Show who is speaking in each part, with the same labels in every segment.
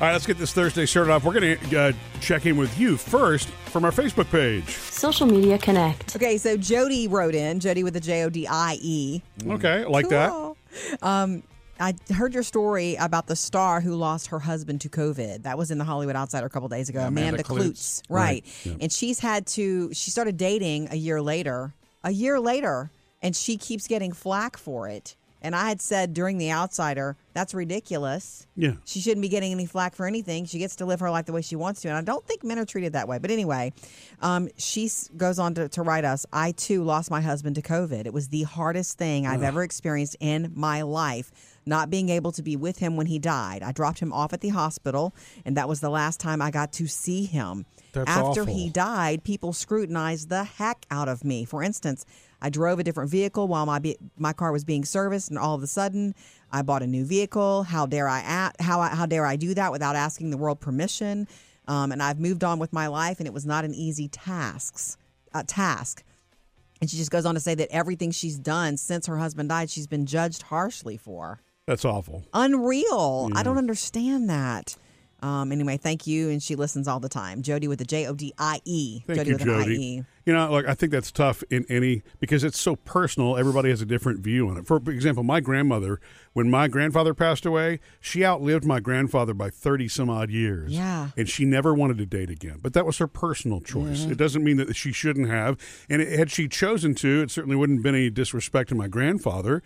Speaker 1: All right, let's get this Thursday started off. We're going to uh, check in with you first from our Facebook page.
Speaker 2: Social Media Connect.
Speaker 3: Okay, so Jody wrote in, Jody with a J O D I E.
Speaker 1: Okay, like that.
Speaker 3: Cool. Um, I heard your story about the star who lost her husband to COVID. That was in the Hollywood Outsider a couple days ago.
Speaker 1: Amanda
Speaker 3: Amanda,
Speaker 1: Klutz.
Speaker 3: Klutz. Right. And she's had to, she started dating a year later, a year later, and she keeps getting flack for it. And I had said during The Outsider, that's ridiculous.
Speaker 1: Yeah.
Speaker 3: She shouldn't be getting any flack for anything. She gets to live her life the way she wants to. And I don't think men are treated that way. But anyway, um, she s- goes on to, to write us I too lost my husband to COVID. It was the hardest thing I've ever experienced in my life, not being able to be with him when he died. I dropped him off at the hospital, and that was the last time I got to see him.
Speaker 1: That's
Speaker 3: After
Speaker 1: awful.
Speaker 3: he died, people scrutinized the heck out of me. For instance, I drove a different vehicle while my be- my car was being serviced, and all of a sudden, I bought a new vehicle. How dare I a- how I- how dare I do that without asking the world permission? Um, and I've moved on with my life, and it was not an easy tasks uh, task. And she just goes on to say that everything she's done since her husband died, she's been judged harshly for.
Speaker 1: That's awful.
Speaker 3: Unreal. I
Speaker 1: Mm.
Speaker 3: don't understand that. Um, anyway, thank you. And she listens all the time. Jody with a J O D I E.
Speaker 1: Thank
Speaker 3: Jody
Speaker 1: you,
Speaker 3: with an
Speaker 1: Jody.
Speaker 3: I E.
Speaker 1: You know, like I think that's tough in any because it's so personal. Everybody has a different view on it. For example, my grandmother, when my grandfather passed away, she outlived my grandfather by thirty some odd years.
Speaker 3: Yeah.
Speaker 1: and she never wanted to date again. But that was her personal choice.
Speaker 3: Mm-hmm.
Speaker 1: It doesn't mean that she shouldn't have. And it, had she chosen to, it certainly wouldn't have been any disrespect to my grandfather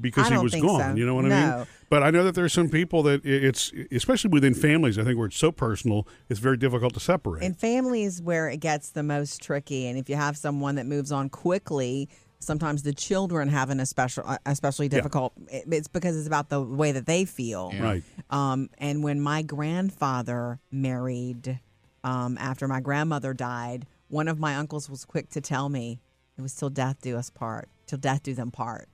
Speaker 1: because
Speaker 3: I
Speaker 1: he
Speaker 3: don't
Speaker 1: was
Speaker 3: think
Speaker 1: gone.
Speaker 3: so.
Speaker 1: You know what I mean?
Speaker 3: No.
Speaker 1: But I know that there's some people that i- it's especially within families. I think where it's so personal, it's very difficult to separate.
Speaker 3: And family is where it gets the most tricky. And if you have someone that moves on quickly, sometimes the children have an especially, especially difficult. it- It's because it's about the way that they feel.
Speaker 1: Right.
Speaker 3: Um, and when my grandfather married, um, after my grandmother died, one of my uncles was quick to tell me it was till death do us part, till death do them part.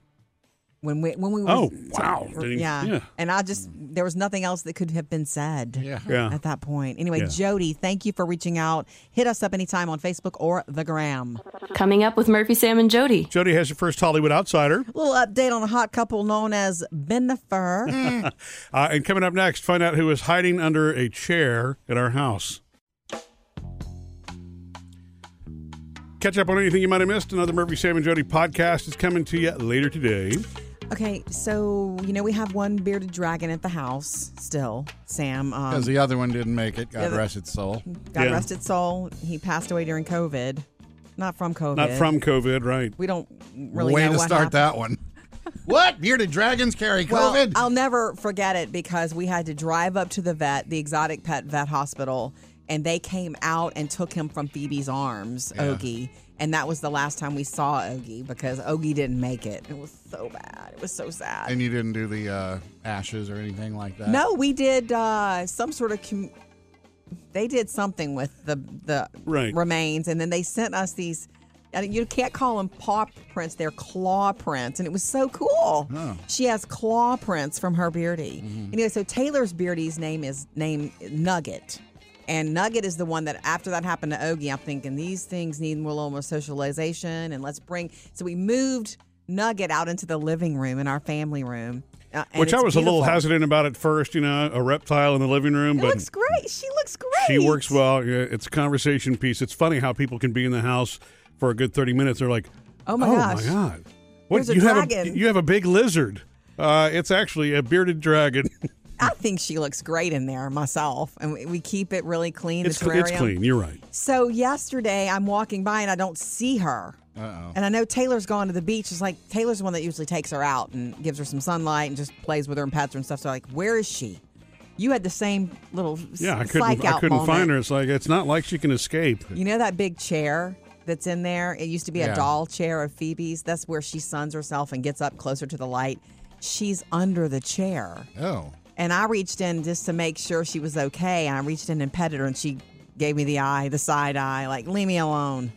Speaker 3: When we when we was-
Speaker 1: Oh, wow. Didn't-
Speaker 3: yeah.
Speaker 1: yeah.
Speaker 3: and I just there was nothing else that could have been said
Speaker 4: Yeah.
Speaker 1: Yeah.
Speaker 3: at that point. Anyway,
Speaker 1: Yeah.
Speaker 3: Jody, thank you for reaching out. Hit us up anytime on Facebook or the Gram.
Speaker 2: Coming up with Murphy, Sam, and Jody.
Speaker 1: Jody has your first Hollywood outsider.
Speaker 3: Little update on a hot couple known as Benifer.
Speaker 1: Uh, and coming up next, find out who is hiding under a chair at our house. Catch up on anything you might have missed. Another Murphy, Sam, and Jody podcast is coming to you later today.
Speaker 3: Okay, so you know we have one bearded dragon at the house still. Sam um,
Speaker 4: Because the other one didn't make it. God
Speaker 3: the-
Speaker 4: rest its soul.
Speaker 3: got
Speaker 1: Yeah.
Speaker 3: arrested. Soul. He passed away during COVID, not from COVID.
Speaker 1: Not from COVID, right?
Speaker 3: We don't really
Speaker 4: Way
Speaker 3: know
Speaker 4: to
Speaker 3: what
Speaker 4: start
Speaker 3: happened.
Speaker 4: that one. what? Bearded dragons carry
Speaker 3: Well,
Speaker 4: COVID?
Speaker 3: I'll never forget it because we had to drive up to the vet, the exotic pet vet hospital, and they came out and took him from Phoebe's arms, Ogie. And that was the last time we saw Ogie because Ogie didn't make it. It was so bad. It was so sad.
Speaker 4: and you didn't do the uh, ashes or anything like that?
Speaker 3: no, we did uh, some sort of. Com- they did something with the the
Speaker 1: Right.
Speaker 3: remains, and then they sent us these. and You can't call them paw prints; they're claw prints, and it was so cool. She has claw prints from her beardie.
Speaker 1: Mm-hmm.
Speaker 3: Anyway, so Taylor's beardie's name is name Nugget, and Nugget is the one that after that happened to Ogie, I'm thinking these things need more little more socialization, and let's bring. So we moved Nugget out into the living room in our family room, uh, and
Speaker 1: Which I
Speaker 3: it's
Speaker 1: was a little
Speaker 3: beautiful.
Speaker 1: hesitant about at first, you know, a reptile in the living room,
Speaker 3: It
Speaker 1: but
Speaker 3: looks great. She looks great.
Speaker 1: she works well. Yeah, It's a conversation piece. It's funny how people can be in the house for a good 30 minutes. They're like,
Speaker 3: Oh my
Speaker 1: oh
Speaker 3: gosh.
Speaker 1: my God.
Speaker 3: There's a
Speaker 1: you, have a,
Speaker 3: dragon."
Speaker 1: you have a big lizard. Uh, it's actually a bearded dragon.
Speaker 3: I think she looks great in there myself, and we- we keep it really clean.
Speaker 1: It's,
Speaker 3: the
Speaker 1: cl-
Speaker 3: terrarium.
Speaker 1: it's clean. You're right.
Speaker 3: So yesterday, I'm walking by and I don't see her.
Speaker 4: Uh-oh.
Speaker 3: And I know Taylor's gone to the beach. It's like Taylor's the one that usually takes her out and gives her some sunlight and just plays with her and pets her and stuff. So like, where is she? You had the same little s-
Speaker 1: Yeah, I
Speaker 3: psych
Speaker 1: couldn't.
Speaker 3: out
Speaker 1: I couldn't
Speaker 3: moment.
Speaker 1: find her. It's like it's not like she can escape.
Speaker 3: You know that big chair that's in there? It used to be a
Speaker 4: Yeah.
Speaker 3: doll chair of Phoebe's. That's where she suns herself and gets up closer to the light. She's under the chair.
Speaker 4: Oh.
Speaker 3: And I reached in just to make sure she was okay. And I reached in and petted her, and she gave me the eye, the side eye, like leave me alone.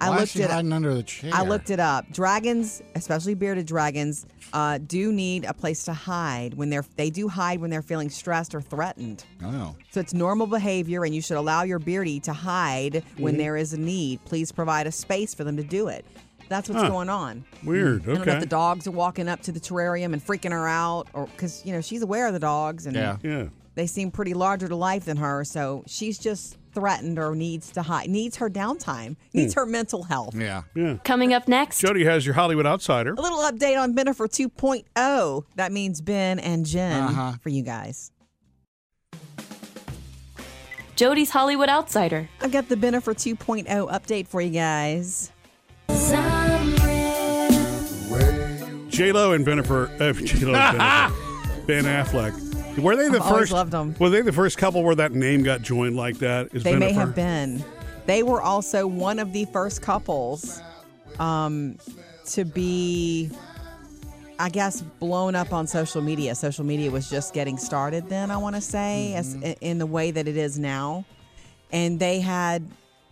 Speaker 3: I
Speaker 4: Why is
Speaker 3: looked
Speaker 4: she
Speaker 3: it.
Speaker 4: hiding under the chair?
Speaker 3: I looked it up. Dragons, especially bearded dragons, uh, do need a place to hide when they're. They do hide when they're feeling stressed or threatened.
Speaker 4: Oh.
Speaker 3: So it's normal behavior, and you should allow your beardie to hide when
Speaker 4: Mm-hmm.
Speaker 3: there is a need. Please provide a space for them to do it. That's what's
Speaker 1: Huh.
Speaker 3: going on.
Speaker 1: Weird.
Speaker 3: I don't know if
Speaker 1: Okay.
Speaker 3: the dogs are walking up to the terrarium and freaking her out, or because you know she's aware of the dogs and
Speaker 4: Yeah.
Speaker 1: Yeah.
Speaker 3: They seem pretty larger to life than her, so she's just threatened or needs to hide, needs her downtime, needs her mental health.
Speaker 4: Hmm. Yeah.
Speaker 1: Yeah.
Speaker 2: Coming up next,
Speaker 1: Jody has your Hollywood outsider.
Speaker 3: A little update on Benifer 2.0. That means Ben and Jen
Speaker 4: Uh-huh.
Speaker 3: for you guys.
Speaker 2: Jody's Hollywood Outsider.
Speaker 3: I've got the Benifer 2.0 update for you guys.
Speaker 1: J Lo and Jennifer. Uh, J Lo and Bennifer. Ben Affleck. Were they the
Speaker 3: I've always
Speaker 1: first?
Speaker 3: loved 'em.
Speaker 1: Were they the first couple where that name got joined like that? Is
Speaker 3: They may
Speaker 1: Bennifer?
Speaker 3: have been. They were also one of the first couples um, to be, I guess, blown up on social media. Social media was just getting started then, I want to say, as in the way that it is now. And they had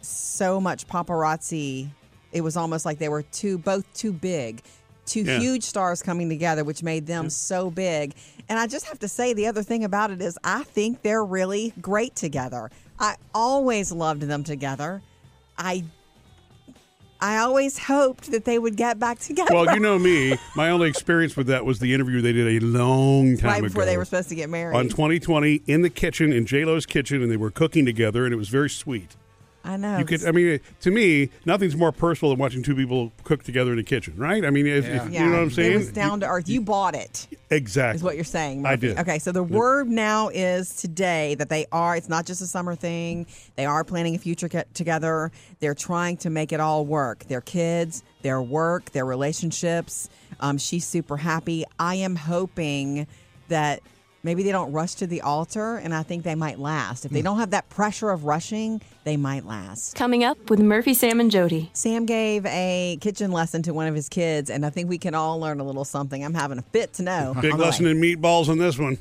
Speaker 3: so much paparazzi. It was almost like they were too, both too big. Two
Speaker 1: Yeah.
Speaker 3: huge stars coming together, which made them so big. And I just have to say, the other thing about it is, I think they're really great together. I always loved them together. I I always hoped that they would get back together.
Speaker 1: Well, you know me. My only experience with that was the interview they did a long time
Speaker 3: right before
Speaker 1: ago.
Speaker 3: they were supposed to get married.
Speaker 1: on 2020 in the kitchen in J Lo's kitchen, and they were cooking together, and it was very sweet.
Speaker 3: I know.
Speaker 1: You could, I mean, to me, nothing's more personal than watching two people cook together in a kitchen, right? I mean, if, if-
Speaker 3: yeah,
Speaker 1: you know what I'm saying?
Speaker 3: It was down to earth. You bought it,
Speaker 1: exactly.
Speaker 3: is what you're saying.
Speaker 1: I
Speaker 3: Murphy.
Speaker 1: did.
Speaker 3: Okay, so the word now is today that they are. It's not just a summer thing. They are planning a future get together. They're trying to make it all work. Their kids, their work, their relationships. Um, she's super happy. I am hoping that. Maybe they don't rush to the altar, and I think they might last.
Speaker 1: Hmm.
Speaker 3: If they don't have that pressure of rushing, they might last.
Speaker 2: Coming up with Murphy, Sam, and Jody.
Speaker 3: Sam gave a kitchen lesson to one of his kids, and I think we can all learn a little something. I'm having a fit to know.
Speaker 1: Big
Speaker 3: on the
Speaker 1: lesson
Speaker 3: way.
Speaker 1: in meatballs on this one.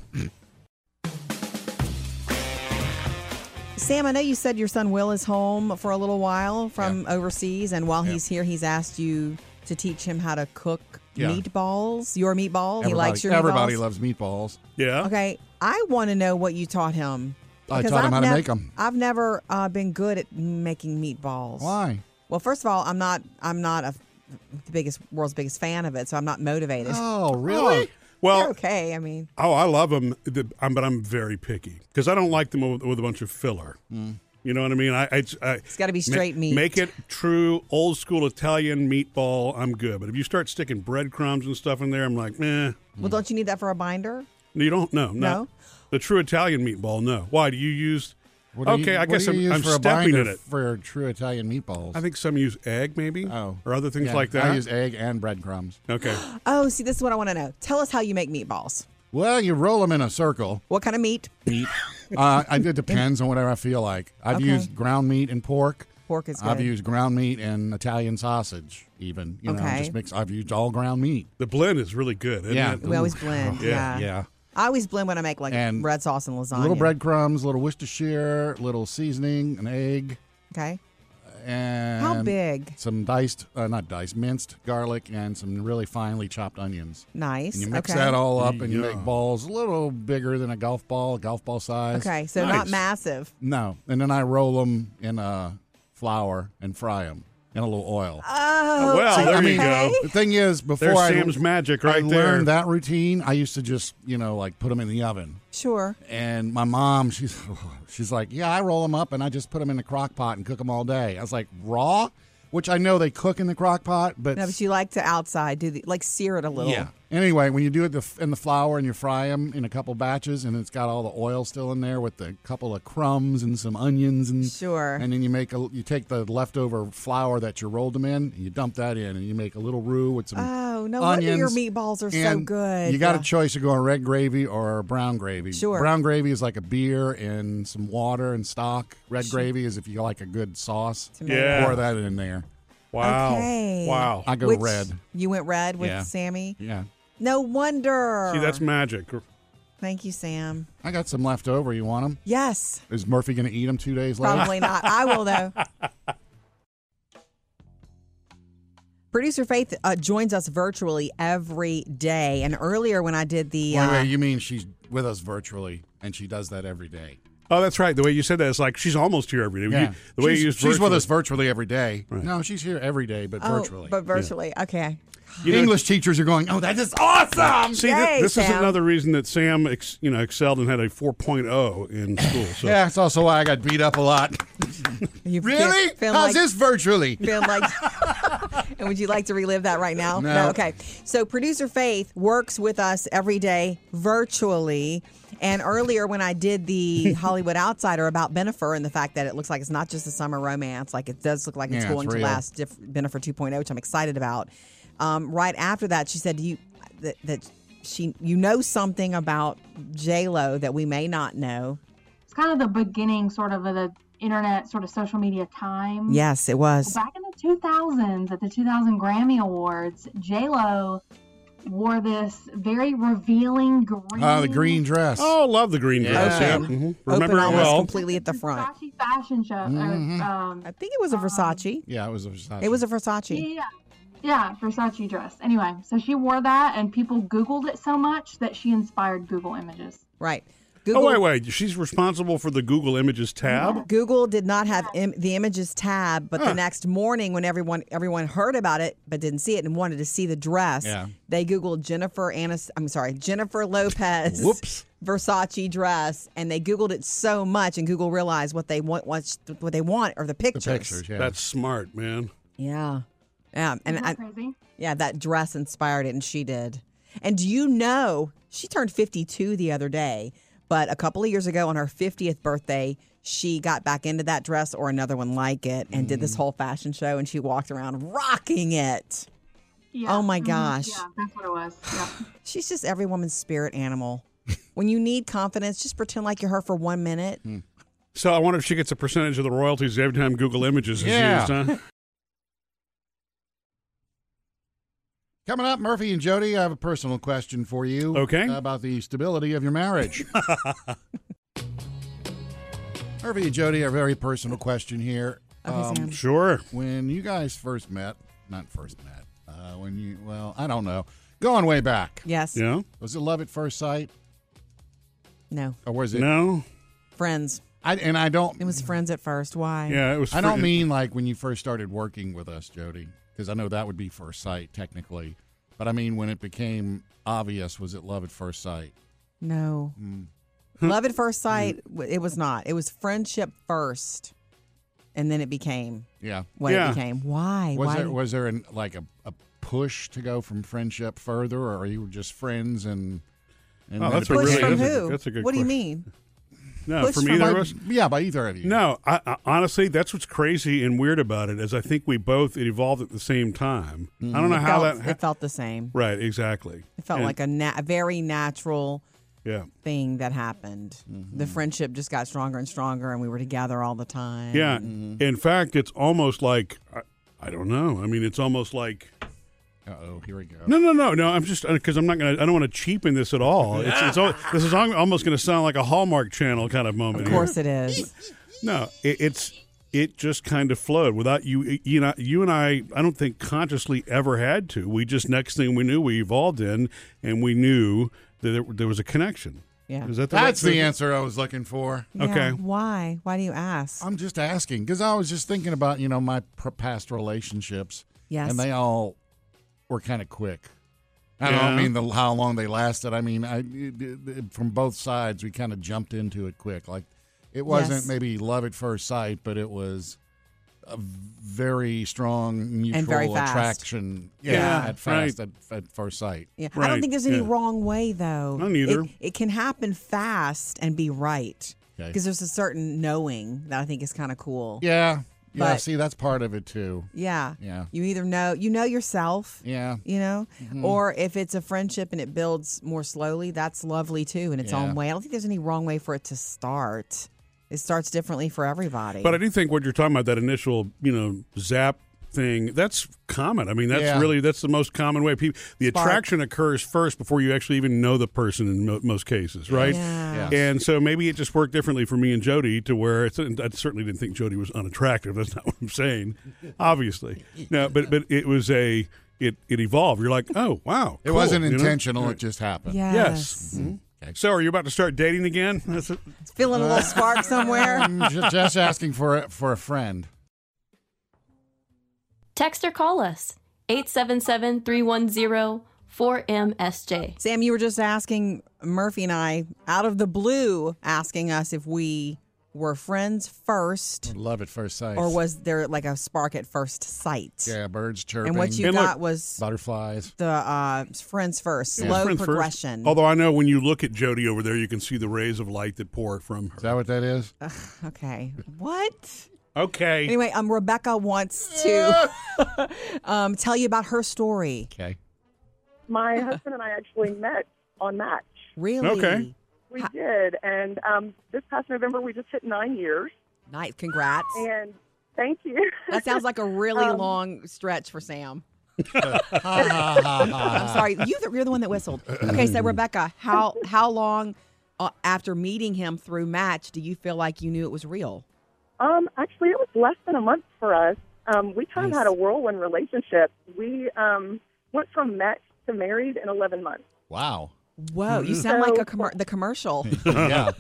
Speaker 3: Sam, I know you said your son Will is home for a little while from overseas, and while he's here, he's asked you to teach him how to cook
Speaker 4: Yeah.
Speaker 3: meatballs, your meatball. he
Speaker 4: Everybody-
Speaker 3: likes your
Speaker 4: Everybody
Speaker 3: meatballs.
Speaker 4: loves meatballs.
Speaker 1: Yeah.
Speaker 3: Okay, I want to know what you taught him.
Speaker 4: I
Speaker 3: because
Speaker 4: taught
Speaker 3: I've
Speaker 4: him how to
Speaker 3: nev-
Speaker 4: make 'em.
Speaker 3: I've never uh, been good at making meatballs.
Speaker 4: Why?
Speaker 3: Well, first of all, I'm not. I'm not a the biggest world's biggest fan of it, so I'm not motivated.
Speaker 4: Oh, really?
Speaker 3: They're
Speaker 1: Well,
Speaker 3: okay. I mean,
Speaker 1: oh, I love them, but I'm very picky because I don't like them with, with a bunch of filler. You know what I mean? I, I,
Speaker 3: It's gotta be straight meat.
Speaker 1: Make it true old school Italian meatball. I'm good, but if you start sticking breadcrumbs and stuff in there, I'm like, meh.
Speaker 3: Well,
Speaker 4: Hmm.
Speaker 3: don't you need that for a binder?
Speaker 1: You don't know? No.
Speaker 3: No?
Speaker 1: The true Italian meatball? No. Why do you use?
Speaker 4: What do you-
Speaker 1: okay, I
Speaker 4: what
Speaker 1: guess
Speaker 4: do you
Speaker 1: I'm,
Speaker 4: use
Speaker 1: I'm
Speaker 4: for a
Speaker 1: stepping
Speaker 4: binder
Speaker 1: in it.
Speaker 4: for true Italian meatballs.
Speaker 1: I think some use egg, maybe,
Speaker 4: Oh,
Speaker 1: or other things
Speaker 4: Yeah,
Speaker 1: like that.
Speaker 4: I use egg and breadcrumbs.
Speaker 1: okay,
Speaker 3: Oh, see, this is what I want to know. Tell us how you make meatballs.
Speaker 4: Well, you roll them in a circle.
Speaker 3: What kind of meat?
Speaker 4: Meat. uh, I, it depends on whatever I feel like. I've
Speaker 3: Okay.
Speaker 4: used ground meat and pork.
Speaker 3: Pork is
Speaker 4: I've
Speaker 3: good.
Speaker 4: used ground meat and Italian sausage. Even you know,
Speaker 3: Okay.
Speaker 4: just mix. I've used all ground meat.
Speaker 1: the blend is really good. Isn't
Speaker 4: Yeah.
Speaker 1: it?
Speaker 3: We always blend.
Speaker 1: yeah,
Speaker 3: yeah,
Speaker 4: yeah.
Speaker 3: I always blend when I make like
Speaker 4: And
Speaker 3: red sauce and lasagna.
Speaker 4: Little breadcrumbs, little Worcestershire, little seasoning, an egg,
Speaker 3: Okay.
Speaker 4: and
Speaker 3: How big?
Speaker 4: Some diced, uh, not diced, minced garlic, and some really finely chopped onions.
Speaker 3: Nice.
Speaker 4: And you mix
Speaker 3: okay.
Speaker 4: that all up and you
Speaker 1: Yeah.
Speaker 4: make balls a little bigger than a golf ball, golf ball size.
Speaker 3: Okay, so
Speaker 1: Nice.
Speaker 3: not massive.
Speaker 4: No. And then I roll them in uh, flour and fry them in a little oil.
Speaker 3: Oh,
Speaker 1: well,
Speaker 3: okay.
Speaker 1: there you
Speaker 3: okay.
Speaker 1: go.
Speaker 4: The thing is, before
Speaker 1: There's
Speaker 4: I,
Speaker 1: Sam's magic right
Speaker 4: I
Speaker 1: there.
Speaker 4: learned that routine, I used to just, you know, like put them in the oven.
Speaker 3: Sure.
Speaker 4: And my mom, she's she's like, yeah, I roll them up and I just put them in the crock pot and cook them all day. I was like, raw, which I know they cook in the crock pot, but
Speaker 3: No, but you like to outside do the like sear it a little.
Speaker 4: yeah. Anyway, when you do it the, in the flour and you fry them in a couple batches, and it's got all the oil still in there with a couple of crumbs and some onions and
Speaker 3: Sure.
Speaker 4: and then you make a you take the leftover flour that you rolled them in, and you dump that in, and you make a little roux with some.
Speaker 3: Oh, no wonder your
Speaker 4: onions.
Speaker 3: meatballs are so
Speaker 4: And
Speaker 3: good.
Speaker 4: You got a
Speaker 3: Yeah.
Speaker 4: choice of going red gravy or brown gravy.
Speaker 3: Sure.
Speaker 4: Brown gravy is like a beer and some water and stock. Red gravy is if you like a good sauce.
Speaker 1: Yeah.
Speaker 4: Pour that in there.
Speaker 1: Wow,
Speaker 3: Okay.
Speaker 1: wow.
Speaker 4: I go
Speaker 3: Which-
Speaker 4: red.
Speaker 3: You went red with
Speaker 4: Yeah.
Speaker 3: Sammy.
Speaker 4: Yeah.
Speaker 3: No wonder.
Speaker 1: See, that's magic.
Speaker 3: Thank you, Sam.
Speaker 4: I got some left over. You want them?
Speaker 3: Yes.
Speaker 4: Is Murphy going to eat them two days later?
Speaker 3: Probably not. I will though. Producer Faith uh, joins us virtually every day. And earlier, when I did the
Speaker 4: Wait,
Speaker 3: uh,
Speaker 4: wait, you mean she's with us virtually, and she does that every day.
Speaker 1: Oh, that's right. The way you said that, it's like she's almost here every day. You- the way
Speaker 4: she's,
Speaker 1: you used
Speaker 4: she's with
Speaker 1: virtually-
Speaker 4: us virtually every day.
Speaker 1: Right.
Speaker 4: No, she's here every day, but
Speaker 3: oh,
Speaker 4: virtually.
Speaker 3: but virtually, okay.
Speaker 1: You know-
Speaker 4: English teachers are going, oh, that is awesome.
Speaker 1: See, thi-
Speaker 3: Yay,
Speaker 1: this is
Speaker 3: Sam.
Speaker 1: another reason that Sam, ex, you know, excelled and had a 4.0 in school. So
Speaker 4: Yeah, it's also why I got beat up a lot.
Speaker 3: You feel-
Speaker 4: Really?
Speaker 3: feel
Speaker 4: How's
Speaker 3: like-
Speaker 4: this virtually?
Speaker 3: Been like, and would you like to relive that right now?
Speaker 4: No.
Speaker 3: Okay. So producer Faith works with us every day virtually. And earlier, when I did the Hollywood Outsider about Benifer and the fact that it looks like it's not just a summer romance, like it does look like it's
Speaker 4: Yeah, it's
Speaker 3: going to
Speaker 4: real.
Speaker 3: last diff- Benifer 2.0, which I'm excited about. Um, right after that, she said, "You that, that she you know something about J Lo that we may not know."
Speaker 5: it's kind of the beginning sort of of the internet sort of social media time
Speaker 3: Yes, it was.
Speaker 5: back in the 2000s at the 2000 grammy awards j-lo wore this very revealing green
Speaker 4: Oh, the
Speaker 3: Mm.
Speaker 4: green dress.
Speaker 1: Oh, love the green dress. Yeah.
Speaker 3: Open.
Speaker 4: Mm-hmm.
Speaker 1: mhm.
Speaker 3: Open
Speaker 1: Remember it
Speaker 3: almost
Speaker 1: well.
Speaker 3: completely at the front.
Speaker 5: Versace fashion show uh,
Speaker 4: Mm-hmm.
Speaker 5: um,
Speaker 3: I think it was a Versace.
Speaker 4: Yeah, it was. Versace.
Speaker 3: It was a Versace.
Speaker 5: yeah yeah versace dress anyway so she wore that and people googled it so much that she inspired google images
Speaker 3: Right.
Speaker 1: Oh,
Speaker 3: Google
Speaker 1: wait, wait. She's responsible for the Google Images tab.
Speaker 3: Google did not have Im- the images tab, but the next morning when everyone everyone heard about it but didn't see it and wanted to see the dress,
Speaker 4: Yeah.
Speaker 3: they googled Jennifer Anis I'm sorry, Jennifer Lopez
Speaker 4: Whoops.
Speaker 3: Versace dress and they googled it so much and Google realized what they want what's, what they want are the pictures.
Speaker 4: pictures. Yeah.
Speaker 1: That's smart, man.
Speaker 3: Yeah. Yeah, and
Speaker 5: Isn't
Speaker 3: I,
Speaker 5: that crazy
Speaker 3: yeah, that dress inspired it and she did. And do you know she turned 52 the other day, but a couple of years ago on her 50th birthday, she got back into that dress or another one like it and did
Speaker 1: Mm.
Speaker 3: this whole fashion show and she walked around rocking it.
Speaker 5: yeah.
Speaker 3: Oh my
Speaker 5: mhm,
Speaker 3: gosh.
Speaker 5: yeah that's what it was yeah.
Speaker 3: She's just every woman's spirit animal. when you need confidence, just pretend like you're her for 1 minute.
Speaker 1: Mm. So I wonder if she gets a percentage of the royalties every time Google Images is
Speaker 4: Yeah.
Speaker 1: used, huh?
Speaker 4: Coming up, Murphy and Jody, I have a personal question for you.
Speaker 1: Okay.
Speaker 4: About the stability of your marriage. Murphy and Jody, a very personal question here. Um,
Speaker 3: Okay, Sam.
Speaker 1: Sure.
Speaker 4: when you guys first met, not first met, uh, when you, well, I don't know, going way back,
Speaker 3: Yes.
Speaker 1: Yeah.
Speaker 4: was it love at first sight?
Speaker 3: No.
Speaker 4: Or was it?
Speaker 1: No.
Speaker 3: Friends.
Speaker 4: I, and I don't,
Speaker 3: It was friends at first. Why?
Speaker 1: Mm. Yeah, it was.
Speaker 4: I don't
Speaker 1: fr-
Speaker 4: mean like when you first started working with us, Jody, because I know that would be first sight technically. But I mean, when it became obvious, was it love at first sight?
Speaker 3: No.
Speaker 1: Mm.
Speaker 3: Love at first sight, w- it was not. It was friendship first, and then it became
Speaker 4: Yeah.
Speaker 3: what
Speaker 1: Yeah.
Speaker 3: it became. Why?
Speaker 4: Was
Speaker 3: Why?
Speaker 4: there was there an, like a, a push to go from friendship further, or are you just friends and? and
Speaker 1: Oh,
Speaker 4: then
Speaker 1: that's
Speaker 4: it
Speaker 1: what
Speaker 3: push
Speaker 1: really
Speaker 4: became-
Speaker 3: from
Speaker 1: is a-
Speaker 3: who?
Speaker 1: that's a good
Speaker 3: what do you
Speaker 1: question.
Speaker 3: mean?
Speaker 1: No,
Speaker 3: push
Speaker 1: from
Speaker 3: from
Speaker 1: either of
Speaker 4: By-
Speaker 1: us.
Speaker 4: yeah, by either of you.
Speaker 1: No, I, I, honestly, that's what's crazy and weird about it is I think we both evolved at the same time. I don't know how
Speaker 3: Felt-
Speaker 1: that.
Speaker 3: Mm-hmm. it felt the same.
Speaker 1: right, exactly.
Speaker 3: It felt
Speaker 1: And-
Speaker 3: like a, na- a very natural
Speaker 1: yeah,
Speaker 3: thing that happened. The
Speaker 1: Mm-hmm.
Speaker 3: friendship just got stronger and stronger, and we were together all the time.
Speaker 1: yeah.
Speaker 3: Mm-hmm.
Speaker 1: In fact, it's almost like I, I don't know. I mean, it's almost like
Speaker 4: Uh oh, here we go.
Speaker 1: no, no, no, no. I'm just because I'm not gonna. I don't want to cheapen this at all. It's, it's al- this is al- almost gonna sound like a Hallmark Channel kind of moment.
Speaker 3: Of
Speaker 1: here.
Speaker 3: course it is.
Speaker 1: No, it, it's it just kind of flowed without you. You know, you and I. I don't think consciously ever had to. We just next thing we knew, we evolved in, and we knew that there, there was a connection.
Speaker 3: Yeah.
Speaker 1: Is that the
Speaker 4: That's
Speaker 1: right
Speaker 4: the answer I was looking for.
Speaker 3: Yeah,
Speaker 1: Okay.
Speaker 3: Why? Why do you ask?
Speaker 4: I'm just asking because I was just thinking about you know my pr- past relationships.
Speaker 3: Yes.
Speaker 4: and they all were kind of quick. I
Speaker 1: Yeah.
Speaker 4: don't mean the how long they lasted. I mean, I it- it- from both sides we kind of jumped into it quick. Like it wasn't
Speaker 3: Yes.
Speaker 4: maybe love at first sight, but it was a very strong mutual
Speaker 3: very fast.
Speaker 4: attraction.
Speaker 1: Yeah,
Speaker 4: at fast
Speaker 1: right.
Speaker 4: at, at first sight.
Speaker 3: Yeah. I
Speaker 1: Right,
Speaker 3: don't think there's any
Speaker 1: yeah.
Speaker 3: wrong way though.
Speaker 1: I don't either.
Speaker 3: It, it can happen fast and be right because
Speaker 4: Okay.
Speaker 3: there's a certain knowing that I think is kind of cool.
Speaker 4: Yeah, yeah.
Speaker 3: But-
Speaker 4: see, that's part of it too.
Speaker 3: Yeah.
Speaker 4: Yeah.
Speaker 3: You either know you know yourself.
Speaker 4: Yeah.
Speaker 3: You know,
Speaker 1: Mm-hmm.
Speaker 3: or if it's a friendship and it builds more slowly, that's lovely too in its
Speaker 4: Yeah.
Speaker 3: own way. I don't think there's any wrong way for it to start. It starts differently for everybody.
Speaker 1: But I do think what you're talking about, that initial, you know, zap thing, that's common. I mean, that's
Speaker 4: Yeah.
Speaker 1: really that's the most common way. People, the
Speaker 3: Spark.
Speaker 1: attraction occurs first before you actually even know the person in mo- most cases, right?
Speaker 3: Yeah.
Speaker 4: Yeah.
Speaker 1: And so maybe it just worked differently for me and Jody to where it's, I certainly didn't think Jody was unattractive. That's not what I'm saying, obviously. No, but but it was a it it evolved. You're like, oh wow,
Speaker 4: It
Speaker 1: cool,
Speaker 4: wasn't
Speaker 1: you know?
Speaker 4: intentional. Mm-hmm. It just happened.
Speaker 3: yes.
Speaker 1: Yes. So are you about to start dating again? That's it.
Speaker 3: It's feeling a little spark somewhere.
Speaker 4: I'm ju- just asking for a, for a friend.
Speaker 2: Text or call us 877 310 4MSJ.
Speaker 3: Sam, you were just asking Murphy and I out of the blue, asking us if we were friends first,
Speaker 4: Love at first
Speaker 1: Oh,
Speaker 4: sight.
Speaker 3: or was there like a spark at first sight?
Speaker 4: yeah, birds chirping.
Speaker 3: and what you
Speaker 1: And look-
Speaker 3: got was
Speaker 4: butterflies.
Speaker 3: the uh, friends first,
Speaker 1: Yeah,
Speaker 3: slow
Speaker 1: friends first. Oh.
Speaker 3: progression.
Speaker 1: Although I know when you look at Jody over there, you can see the rays of light that pour from
Speaker 4: Is
Speaker 1: her.
Speaker 4: that what that is?
Speaker 3: Okay, what?
Speaker 1: Okay.
Speaker 3: Anyway, um, Rebecca wants to um, tell you about her story.
Speaker 4: Okay.
Speaker 6: My husband and I actually met on Match.
Speaker 3: Really?
Speaker 1: Okay.
Speaker 6: We did, and um, this past November we just hit nine years.
Speaker 3: Nice. Congrats.
Speaker 6: And thank you.
Speaker 3: That sounds like a really long stretch for Sam.
Speaker 4: Uh,
Speaker 3: I'm sorry, you the, you're the one that whistled. Okay, so Rebecca, how how long uh, after meeting him through Match do you feel like you knew it was real?
Speaker 6: um, actually, it was less than a month for us. Um, we kind
Speaker 3: Nice.
Speaker 6: of had a whirlwind relationship. We um, went from Match to married in eleven months.
Speaker 4: Wow.
Speaker 3: Whoa, you sound like
Speaker 6: So-
Speaker 3: a commer the commercial.
Speaker 4: Yeah.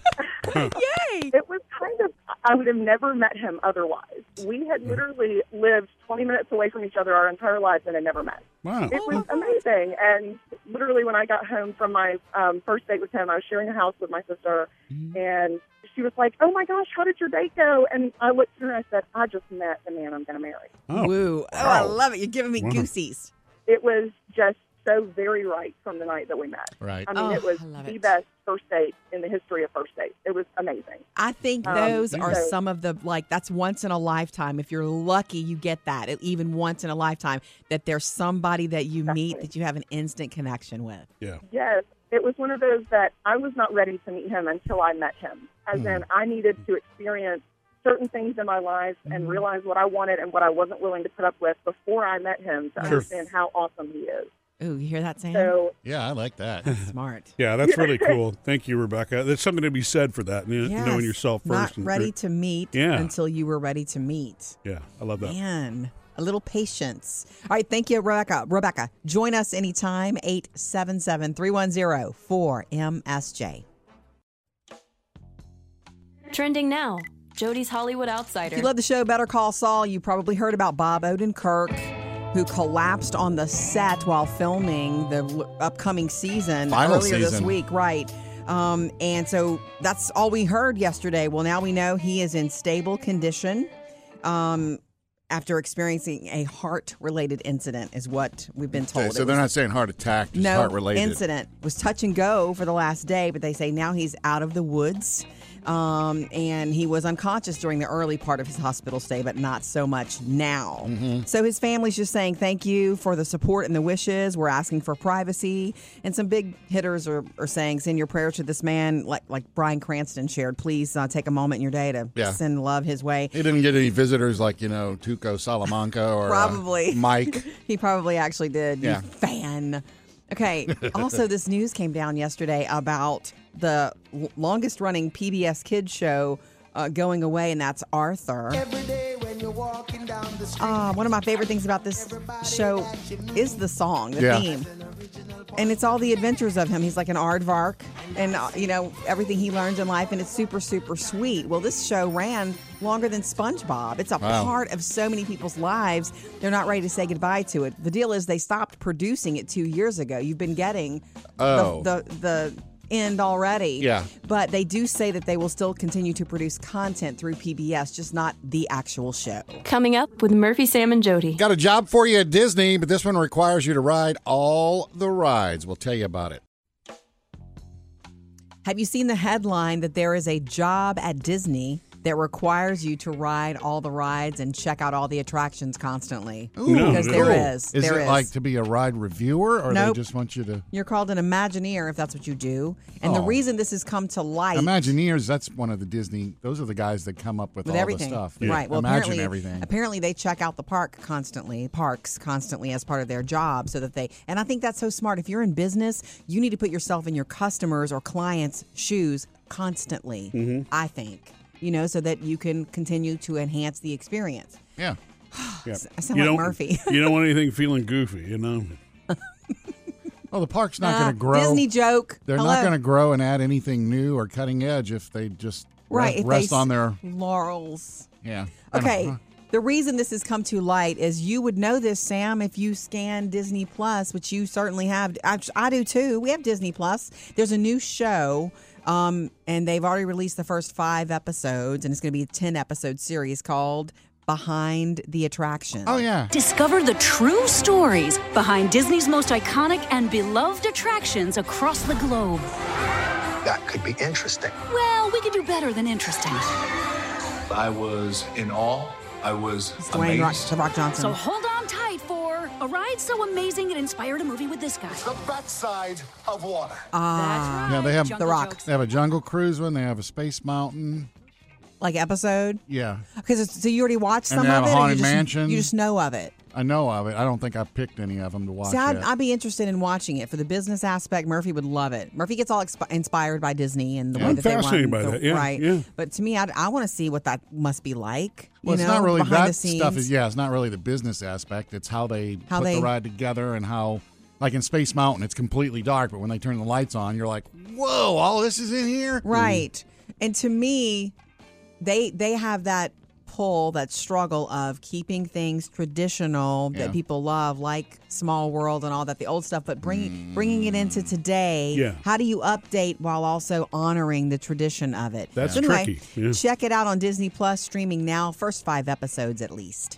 Speaker 3: Yay!
Speaker 6: It was kind of, I would have never met him otherwise. We had literally lived 20 minutes away from each other our entire lives and had never met.
Speaker 1: Wow.
Speaker 6: It was
Speaker 3: Oh
Speaker 6: amazing. And literally, when I got home from my um, first date with him, I was sharing a house with my sister,
Speaker 3: Mm.
Speaker 6: and she was like, Oh my gosh, how did your date go? And I looked at her and I said, I just met the man I'm going to marry.
Speaker 1: Oh.
Speaker 3: Woo! Oh, I love it. You're giving me
Speaker 1: Wow.
Speaker 3: goosies.
Speaker 6: It was just so very right from the night that we met.
Speaker 4: Right.
Speaker 6: I mean,
Speaker 3: Oh,
Speaker 6: it was
Speaker 3: I love
Speaker 6: the
Speaker 3: it.
Speaker 6: best first date in the history of first dates. It was amazing.
Speaker 3: I think
Speaker 6: Um,
Speaker 3: those are
Speaker 6: so-
Speaker 3: some of the like that's once in a lifetime. If you're lucky, you get that it- even once in a lifetime that there's somebody that you meet
Speaker 6: Exactly.
Speaker 3: that you have an instant connection with.
Speaker 1: Yeah.
Speaker 6: Yes, it was one of those that I was not ready to meet him until I met him. As in, I needed to experience certain things in my life and realize what I wanted and what I wasn't willing to put up with before I met him to
Speaker 1: Sure.
Speaker 6: understand how awesome he is.
Speaker 3: Ooh, you hear that, Sam?
Speaker 6: So,
Speaker 4: Yeah, I like that.
Speaker 3: Smart.
Speaker 1: Yeah, that's really cool. Thank you, Rebecca. There's something to be said for that, you know,
Speaker 3: Yes.
Speaker 1: knowing yourself first.
Speaker 3: Not ready to meet
Speaker 1: Yeah.
Speaker 3: until you were ready to meet.
Speaker 1: Yeah, I love that.
Speaker 3: Man, a little patience. All right, thank you, Rebecca. Rebecca, join us anytime, 877 310 4MSJ.
Speaker 2: Trending now Jody's Hollywood Outsider.
Speaker 3: If you love the show Better Call Saul, you probably heard about Bob Odenkirk, who collapsed on the set while filming the l- upcoming season
Speaker 4: Final
Speaker 3: earlier this
Speaker 4: season.
Speaker 3: week, right? Um, and so that's all we heard yesterday. Well, now we know he is in stable condition um, after experiencing a heart-related incident, is what we've been told.
Speaker 4: Okay, so
Speaker 3: It
Speaker 4: they're
Speaker 3: was-
Speaker 4: not saying heart attack, just
Speaker 3: no
Speaker 4: heart related.
Speaker 3: incident It was touch and go for the last day but they say now he's out of the woods um, and he was unconscious during the early part of his hospital stay but not so much now
Speaker 4: Mm-hmm.
Speaker 3: so his family's just saying thank you for the support and the wishes we're asking for privacy and some big hitters are, are saying send your prayers to this man like like brian cranston shared please uh, take a moment in your day to
Speaker 4: Yeah.
Speaker 3: send love his way
Speaker 4: He didn't get any visitors like, you know, Tuco Salamanca or uh,
Speaker 3: Probably.
Speaker 4: Mike.
Speaker 3: He probably actually did. you
Speaker 4: Yeah.
Speaker 3: fan. Okay. also, this news came down yesterday about the l- longest running PBS kids show uh, going away, and that's Arthur.
Speaker 7: Every day when you're walking down the street,
Speaker 3: Uh, one of my favorite things about this show is the song, the
Speaker 4: Yeah.
Speaker 3: theme. And it's all the adventures of him. He's like an aardvark and, uh, you know, everything he learns in life, and it's super, super sweet. Well, this show ran longer than SpongeBob. It's a
Speaker 4: Wow.
Speaker 3: part of so many people's lives. They're not ready to say goodbye to it. The deal is they stopped producing it two years ago. You've been getting the-
Speaker 4: Oh.
Speaker 3: the, the end already.
Speaker 4: Yeah.
Speaker 3: But they do say that they will still continue to produce content through PBS, just not the actual show.
Speaker 2: Coming up with Murphy, Sam, and Jody.
Speaker 4: Got a job for you at Disney, but this one requires you to ride all the rides. We'll tell you about it.
Speaker 3: Have you seen the headline that there is a job at Disney that requires you to ride all the rides and check out all the attractions constantly? because
Speaker 1: no.
Speaker 3: there
Speaker 1: Cool.
Speaker 3: is.
Speaker 4: Oh, Is
Speaker 3: There
Speaker 4: it
Speaker 3: is.
Speaker 4: like to be a ride reviewer or
Speaker 3: Nope.
Speaker 4: they just want you to
Speaker 3: You're called an Imagineer if that's what you do. And the
Speaker 4: Oh.
Speaker 3: reason this has come to light
Speaker 4: Imagineers, that's one of the Disney those are the guys that come up with,
Speaker 3: with
Speaker 4: all
Speaker 3: everything,
Speaker 4: the stuff. They
Speaker 3: right? Well,
Speaker 4: imagine
Speaker 3: apparently,
Speaker 4: everything.
Speaker 3: apparently they check out the park constantly, parks constantly as part of their job, so that they. And I think that's so smart. If you're in business, you need to put yourself in your customers or clients' shoes constantly.
Speaker 4: Mm-hmm.
Speaker 3: I think you know, so that you can continue to enhance the experience.
Speaker 4: yeah.
Speaker 1: Yeah.
Speaker 3: I sound like
Speaker 1: don't-
Speaker 3: Murphy.
Speaker 1: you don't want anything feeling goofy, you know?
Speaker 4: Well, the park's not going
Speaker 3: Ah,
Speaker 4: to grow.
Speaker 3: Disney joke.
Speaker 4: They're
Speaker 3: Hello.
Speaker 4: not going to grow and add anything new or cutting edge if they just re-
Speaker 3: right if they
Speaker 4: rest
Speaker 3: s-
Speaker 4: on their
Speaker 3: laurels.
Speaker 4: yeah. I don't
Speaker 3: Okay.
Speaker 4: know.
Speaker 3: The reason this has come to light is you would know this, Sam, if you scan Disney Plus, which you certainly have. I, I do too. We have Disney Plus. There's a new show, um, and they've already released the first five episodes, and it's going to be a 10 episode series called Behind the Attraction.
Speaker 4: Oh yeah.
Speaker 8: Discover the true stories behind Disney's most iconic and beloved attractions across the globe.
Speaker 9: That could be interesting.
Speaker 8: Well, we could do better than interesting.
Speaker 9: I was in awe. I was
Speaker 3: It's Dwayne Rock,
Speaker 9: amazed.
Speaker 3: The Rock Johnson.
Speaker 8: So hold on tight for a ride so amazing it inspired a movie with this guy.
Speaker 9: The backside of water.
Speaker 3: Ah,
Speaker 4: Yeah, they have-
Speaker 8: Jungle
Speaker 3: The Rock.
Speaker 8: jokes.
Speaker 4: They have a jungle cruise one. They have a space mountain.
Speaker 3: like episode?
Speaker 4: Yeah,
Speaker 3: Because so you already watched
Speaker 4: And
Speaker 3: some
Speaker 4: they have
Speaker 3: of
Speaker 4: a
Speaker 3: it. or you
Speaker 4: Haunted
Speaker 3: just,
Speaker 4: Mansion.
Speaker 3: You just know of it.
Speaker 4: I know of it. I don't think I picked any of them to watch.
Speaker 3: See, I'd,
Speaker 4: yet.
Speaker 3: I'd be interested in watching it for the business aspect. Murphy would love it. Murphy gets all expi- inspired by Disney and the
Speaker 1: Yeah.
Speaker 3: way
Speaker 1: I'm
Speaker 3: that they run
Speaker 1: fascinated by
Speaker 3: the-
Speaker 1: that. Yeah,
Speaker 3: right?
Speaker 1: yeah.
Speaker 3: But to me, I'd, I want to see what that must be like.
Speaker 4: well,
Speaker 3: you
Speaker 4: it's
Speaker 3: know,
Speaker 4: not really
Speaker 3: behind
Speaker 4: that
Speaker 3: the scenes.
Speaker 4: stuff. Is yeah, it's not really the business aspect. It's how they
Speaker 3: How
Speaker 4: put
Speaker 3: they-
Speaker 4: the ride together and how, like in Space Mountain, it's completely dark, but when they turn the lights on, you're like, whoa, all this is in here.
Speaker 3: right? And to me, they they have that pull, that struggle of keeping things traditional
Speaker 4: Yeah.
Speaker 3: that people love, like Small World and all that, the old stuff, but bringing bringing it into today.
Speaker 1: Yeah.
Speaker 3: How do you update while also honoring the tradition of it?
Speaker 1: That's
Speaker 3: So anyway,
Speaker 1: tricky, yeah.
Speaker 3: Check it out on Disney Plus streaming now. First five episodes at least.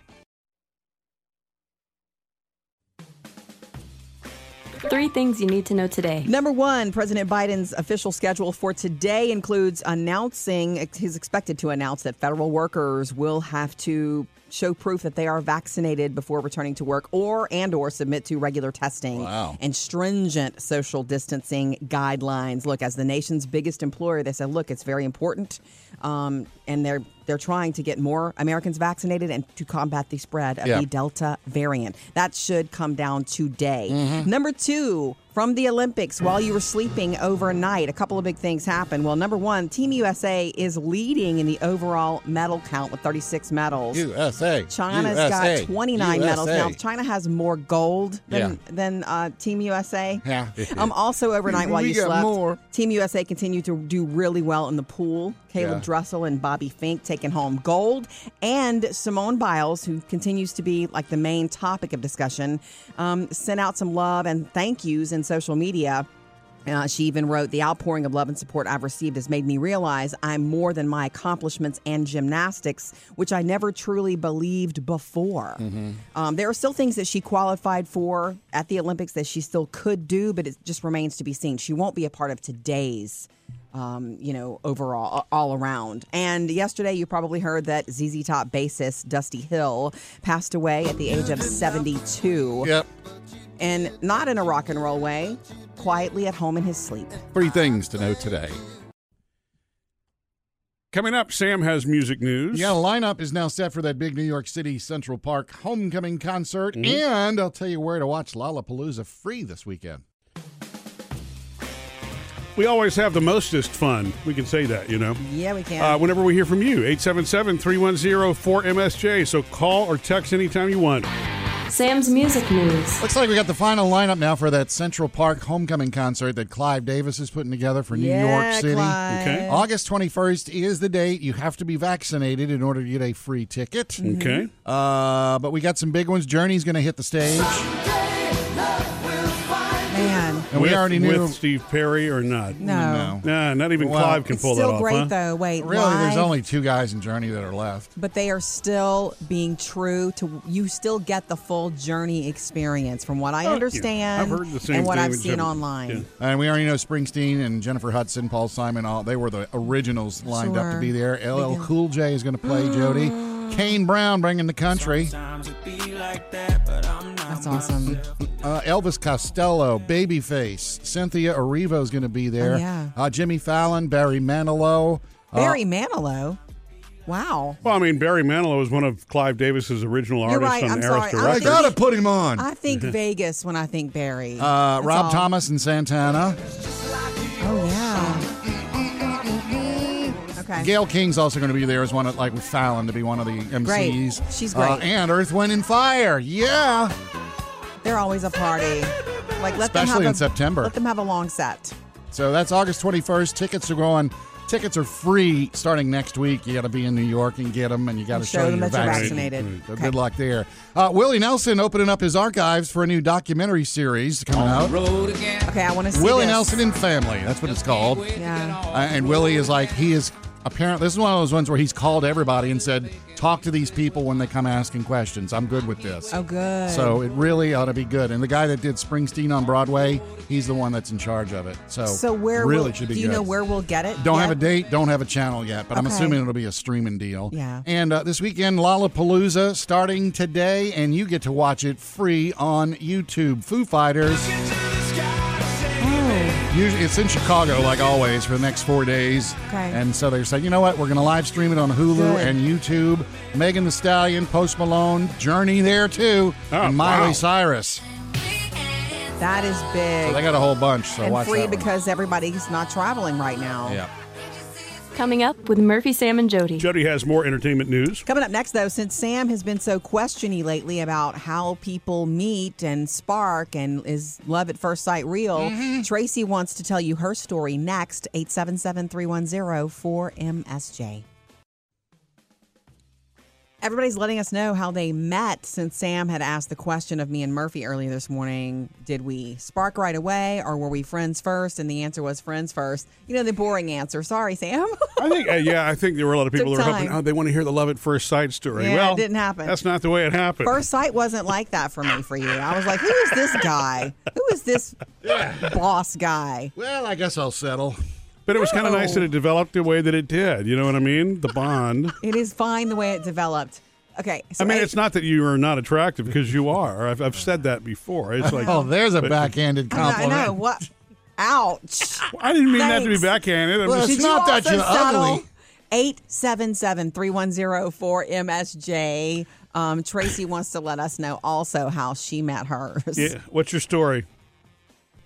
Speaker 2: 3 things you need to know today.
Speaker 3: Number one, President Biden's official schedule for today includes announcing, he's expected to announce that federal workers will have to show proof that they are vaccinated before returning to work or and or submit to regular testing
Speaker 4: Wow.
Speaker 3: and stringent social distancing guidelines. Look, as the nation's biggest employer, they said, look, it's very important. Um, and they're they're trying to get more Americans vaccinated and to combat the spread of
Speaker 4: Yeah.
Speaker 3: the Delta variant. That should come down today. Number two, from the Olympics, while you were sleeping overnight, a couple of big things happened. Well, number one, Team USA is leading in the overall medal count with 36 medals.
Speaker 4: USA.
Speaker 3: China's got 29 medals now. China has more gold than than uh, Team USA.
Speaker 4: Yeah.
Speaker 3: um. Also, overnight while
Speaker 4: We
Speaker 3: you
Speaker 4: got
Speaker 3: slept,
Speaker 4: more.
Speaker 3: Team USA continued to do really well in the pool. Caleb
Speaker 4: Yeah.
Speaker 3: Dressel and Bobby Fink taking home gold, and Simone Biles, who continues to be like the main topic of discussion, um, sent out some love and thank yous in social media. Uh, she even wrote, The outpouring of love and support I've received has made me realize I'm more than my accomplishments and gymnastics, which I never truly believed before. Um, there are still things that she qualified for at the Olympics that she still could do, but it just remains to be seen. She won't be a part of today's. Um, you know, overall, all around. And yesterday, you probably heard that ZZ Top bassist Dusty Hill passed away at the age of 72.
Speaker 4: Yep.
Speaker 3: And not in a rock and roll way, quietly at home in his sleep.
Speaker 4: Three things to know today.
Speaker 1: Coming up, Sam has music news.
Speaker 4: Yeah, the lineup is now set for that big New York City Central Park homecoming concert,
Speaker 3: Mm-hmm.
Speaker 4: and I'll tell you where to watch Lollapalooza free this weekend.
Speaker 1: We always have the mostest fun. We can say that, you know.
Speaker 3: Yeah, we can.
Speaker 1: Uh, whenever we hear from you, 877 310 4MSJ. So call or text anytime you want.
Speaker 2: Sam's music news.
Speaker 4: Looks like we got the final lineup now for that Central Park homecoming concert that Clive Davis is putting together for New York City.
Speaker 3: Uh,
Speaker 1: Okay.
Speaker 4: August 21st is the date. You have to be vaccinated in order to get a free ticket.
Speaker 3: mm-hmm.
Speaker 1: Okay.
Speaker 4: Uh, but we got some big ones. Journey's going to hit the stage.
Speaker 3: Man,
Speaker 4: And we
Speaker 1: With-
Speaker 4: already knew.
Speaker 1: With Steve Perry or not.
Speaker 3: no.
Speaker 4: No.
Speaker 1: Nah, not even
Speaker 4: Well,
Speaker 1: Clive can
Speaker 3: It's
Speaker 1: pull
Speaker 3: still
Speaker 1: that off.
Speaker 3: great
Speaker 1: huh?
Speaker 3: though. Wait,
Speaker 4: Really, there's
Speaker 3: live,
Speaker 4: only two guys in Journey that are left.
Speaker 3: but they are still being true to. You still get the full journey experience from what I
Speaker 1: Fuck you.
Speaker 3: understand
Speaker 1: I've heard the same
Speaker 3: and what
Speaker 1: thing
Speaker 3: I've
Speaker 1: with
Speaker 3: seen
Speaker 1: Jim-
Speaker 3: online.
Speaker 1: Yeah.
Speaker 4: And we already know Springsteen and Jennifer Hudson, Paul Simon, all they were the originals lined up to
Speaker 3: Sure.
Speaker 4: be there. LL
Speaker 3: They do.
Speaker 4: Cool J is going to play Jody. Kane Brown bringing the country.
Speaker 3: That's awesome.
Speaker 4: Uh, Elvis Costello, Babyface, Cynthia Erivo is going to be there.
Speaker 3: Oh, yeah.
Speaker 4: uh, Jimmy Fallon, Barry Manilow. Uh,
Speaker 3: Barry Manilow. Wow.
Speaker 1: Well, I mean, Barry Manilow was one of Clive Davis's original artists
Speaker 3: right.
Speaker 1: on
Speaker 3: I'm
Speaker 1: Arista
Speaker 3: sorry. I
Speaker 4: I
Speaker 1: Records.
Speaker 4: got to put him on.
Speaker 3: I think Vegas when I think Barry.
Speaker 4: Uh,
Speaker 3: That's
Speaker 4: Rob
Speaker 3: all.
Speaker 4: Thomas and Santana.
Speaker 3: Oh yeah. Okay.
Speaker 4: Gail King's also going to be there as one, of, like with Fallon, to be one of the MCs.
Speaker 3: Great. She's
Speaker 4: Uh,
Speaker 3: great.
Speaker 4: and Earth, Wind, and Fire. Yeah.
Speaker 3: They're always a party. Like let them
Speaker 4: Especially
Speaker 3: have
Speaker 4: in
Speaker 3: a,
Speaker 4: September.
Speaker 3: Let them have a long set.
Speaker 4: So that's August 21st. Tickets are going Tickets are free starting next week. You got to be in New York and get them, and you got to
Speaker 3: And show
Speaker 4: show,
Speaker 3: them
Speaker 4: your
Speaker 3: that you're
Speaker 4: vaccine.
Speaker 3: vaccinated.
Speaker 4: Right. So
Speaker 3: Okay.
Speaker 4: Good luck there. Uh, Willie Nelson opening up his archives for a new documentary series coming out.
Speaker 3: Okay, I want to see
Speaker 4: Willie
Speaker 3: this.
Speaker 4: Nelson and Family. That's what it's called.
Speaker 3: Yeah.
Speaker 4: Uh, and Willie is like, he is apparently, this is one of those ones where he's called everybody and said, talk to these people when they come asking questions. I'm good with this.
Speaker 3: Oh, good.
Speaker 4: So it really ought to be good. And the guy that did Springsteen on Broadway, he's the one that's in charge of it. So,
Speaker 3: so where
Speaker 4: Oh, really
Speaker 3: will,
Speaker 4: should be
Speaker 3: do you
Speaker 4: good.
Speaker 3: know where we'll get it?
Speaker 4: Don't have a
Speaker 3: yet?
Speaker 4: date, don't have a channel yet, but I'm
Speaker 3: Okay.
Speaker 4: assuming it'll be a streaming deal.
Speaker 3: Yeah.
Speaker 4: And uh, this weekend, Lollapalooza starting today, and you get to watch it free on YouTube. Foo Fighters. Usually, it's in Chicago, like always, for the next four days.
Speaker 3: Okay.
Speaker 4: And so they said, you know what? We're going to live stream it on Hulu
Speaker 3: Good.
Speaker 4: and YouTube. Megan The Stallion, Post Malone, Journey there too,
Speaker 1: Oh,
Speaker 4: and Miley
Speaker 1: wow.
Speaker 4: Cyrus.
Speaker 3: That is big.
Speaker 4: So they got a whole bunch. So
Speaker 3: and
Speaker 4: watch
Speaker 3: free
Speaker 4: that one.
Speaker 3: because everybody's not traveling right now.
Speaker 4: yeah.
Speaker 2: Coming up with Murphy, Sam, and Jody.
Speaker 1: Jody has more entertainment news.
Speaker 3: Coming up next, though, since Sam has been so questiony lately about how people meet and spark and is love at first sight real, Tracy wants to tell you her story next. 877 310 4MSJ. Everybody's letting us know how they met since Sam had asked the question of me and Murphy earlier this morning. Did we spark right away or were we friends first? And the answer was friends first. You know, the boring answer. Sorry, Sam.
Speaker 1: I think, uh, yeah, I think there were a lot of people
Speaker 3: Took
Speaker 1: that were hoping,
Speaker 3: time.
Speaker 1: oh, they want to hear the love at first sight story.
Speaker 3: Yeah, it
Speaker 1: well,
Speaker 3: didn't happen.
Speaker 1: That's not the way it happened.
Speaker 3: First sight wasn't like that for me for you. I was like, who is this guy? Who is this boss guy?
Speaker 4: Well, I guess I'll settle.
Speaker 1: but it was kind of nice
Speaker 3: No.
Speaker 1: that it developed the way that it did. You know what I mean? The bond.
Speaker 3: It is fine the way it developed. Okay. So
Speaker 1: I mean,
Speaker 3: eight-
Speaker 1: it's not that you are not attractive because you are. I've, I've said that before. It's like,
Speaker 4: Oh, there's a
Speaker 1: But-
Speaker 4: backhanded
Speaker 3: I
Speaker 4: compliment.
Speaker 3: know. What? Ouch.
Speaker 1: I didn't mean that to
Speaker 3: Thanks.
Speaker 1: be backhanded. I'm
Speaker 4: Well,
Speaker 1: just-
Speaker 4: it's not that you're ugly.
Speaker 3: 877 3104 MSJ. Um, Tracy wants to let us know also how she met hers.
Speaker 1: yeah. What's your story?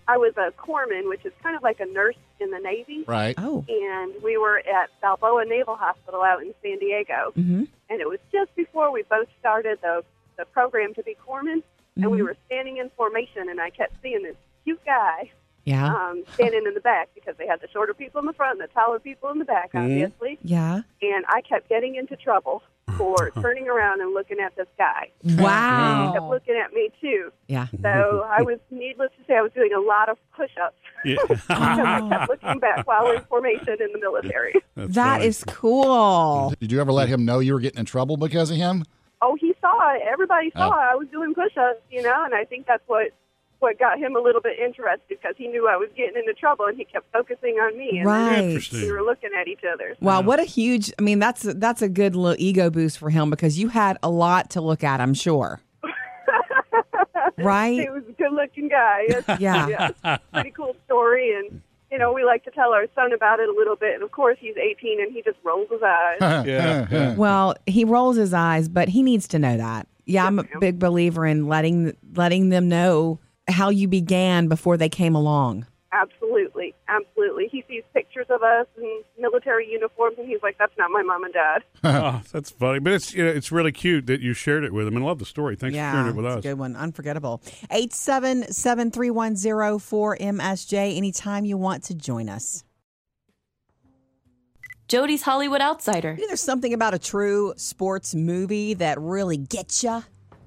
Speaker 6: I was a corpsman, which is kind of like a nurse in the Navy.
Speaker 4: Right.
Speaker 3: Oh.
Speaker 6: and we were at Balboa Naval Hospital out in San Diego. Mm-hmm. And it was just before we both started the, the program to be corpsmen, and we were standing in formation, and I kept seeing this cute guy
Speaker 3: Yeah.
Speaker 6: um, standing in the back because they had the shorter people in the front and the taller people in the back,
Speaker 3: Mm-hmm.
Speaker 6: obviously.
Speaker 3: yeah.
Speaker 6: And I kept getting into trouble for turning around and looking at this guy. He kept
Speaker 3: Wow.
Speaker 6: looking at me, too.
Speaker 3: Yeah.
Speaker 6: So I was, needless to say, I was doing a lot of push ups.
Speaker 1: Yeah.
Speaker 6: I kept looking back while in formation in the military.
Speaker 1: That's
Speaker 3: That
Speaker 1: funny.
Speaker 3: is cool.
Speaker 4: Did you ever let him know you were getting in trouble because of him?
Speaker 6: oh, he saw it. Everybody saw
Speaker 4: Oh.
Speaker 6: it. I was doing push-ups, you know, and I think that's what what got him a little bit interested because he knew I was getting into trouble, and he kept focusing on me. And
Speaker 3: Right.
Speaker 1: Interesting.
Speaker 6: We were looking at each other.
Speaker 3: Wow, what a huge! I mean, that's that's a good little ego boost for him because you had a lot to look at. I'm sure, right?
Speaker 6: He was a good-looking guy. It's-
Speaker 3: Yeah.
Speaker 6: it's a pretty cool story, and you know, we like to tell our son about it a little bit. And of course, he's 18, and he just rolls his eyes.
Speaker 1: Yeah, yeah.
Speaker 3: Well, he rolls his eyes, but he needs to know that. Yeah, I'm a big believer in letting letting them know how you began before they came along.
Speaker 6: Absolutely, absolutely. He sees pictures of us in military uniforms, and he's like, "That's not my mom and dad."
Speaker 1: Oh, that's funny, but it's you know, it's really cute that you shared it with him, and I love the story. Thanks for sharing it with
Speaker 3: it's
Speaker 1: us.
Speaker 3: a good one, unforgettable. Eight seven seven three one zero four MSJ. Anytime you want to join us.
Speaker 2: Jody's Hollywood Outsider.
Speaker 3: You know, there's something about a true sports movie that really gets ya.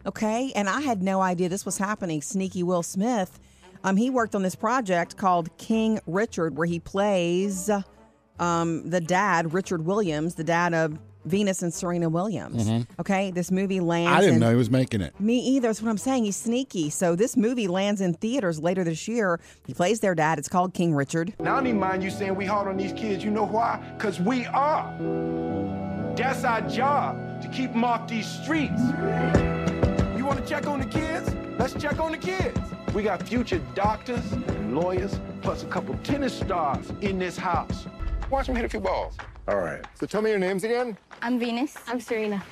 Speaker 3: Okay, and I had no idea this was happening. Sneaky Will Smith, um, he worked on this project called King Richard, where he plays um, the dad, Richard Williams, the dad of Venus and Serena Williams. Okay, this movie lands.
Speaker 4: I didn't
Speaker 3: in-
Speaker 4: know he was making it.
Speaker 3: me either. That's what I'm saying. He's sneaky. So this movie lands in theaters later this year. He plays their dad. It's called King Richard.
Speaker 7: Now, I don't even mind you saying we hard on these kids. You know why? Because we are. That's our job to keep them off these streets. You want to check on the kids? Let's check on the kids. We got future doctors and lawyers, plus a couple tennis stars in this house. Watch them hit a few balls. All right. So tell me your names again.
Speaker 10: I'm Venus. I'm Serena.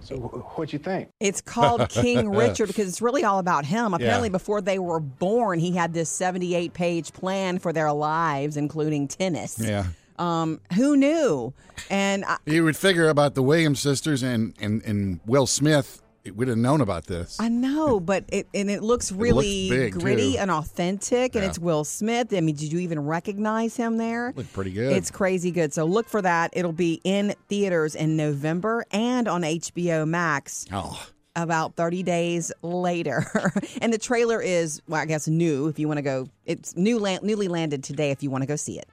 Speaker 7: So wh- what'd you think?
Speaker 3: It's called King Richard because it's really all about him. Apparently, before they were born, he had this 78 page plan for their lives, including tennis.
Speaker 4: Yeah.
Speaker 3: Um, who knew? And I,
Speaker 4: You would figure about the Williams sisters and, and, and Will Smith. we'd have known about this.
Speaker 3: I know, but it and it looks really
Speaker 4: big,
Speaker 3: gritty
Speaker 4: too.
Speaker 3: and authentic, and
Speaker 4: Yeah.
Speaker 3: it's Will Smith. I mean, did you even recognize him there?
Speaker 4: Looked pretty good.
Speaker 3: It's crazy good. So look for that. It'll be in theaters in November and on HBO Max.
Speaker 4: Oh.
Speaker 3: About 30 days later. and the trailer is, well, I guess new if you want to go. It's new, land, newly landed today if you want to go see it.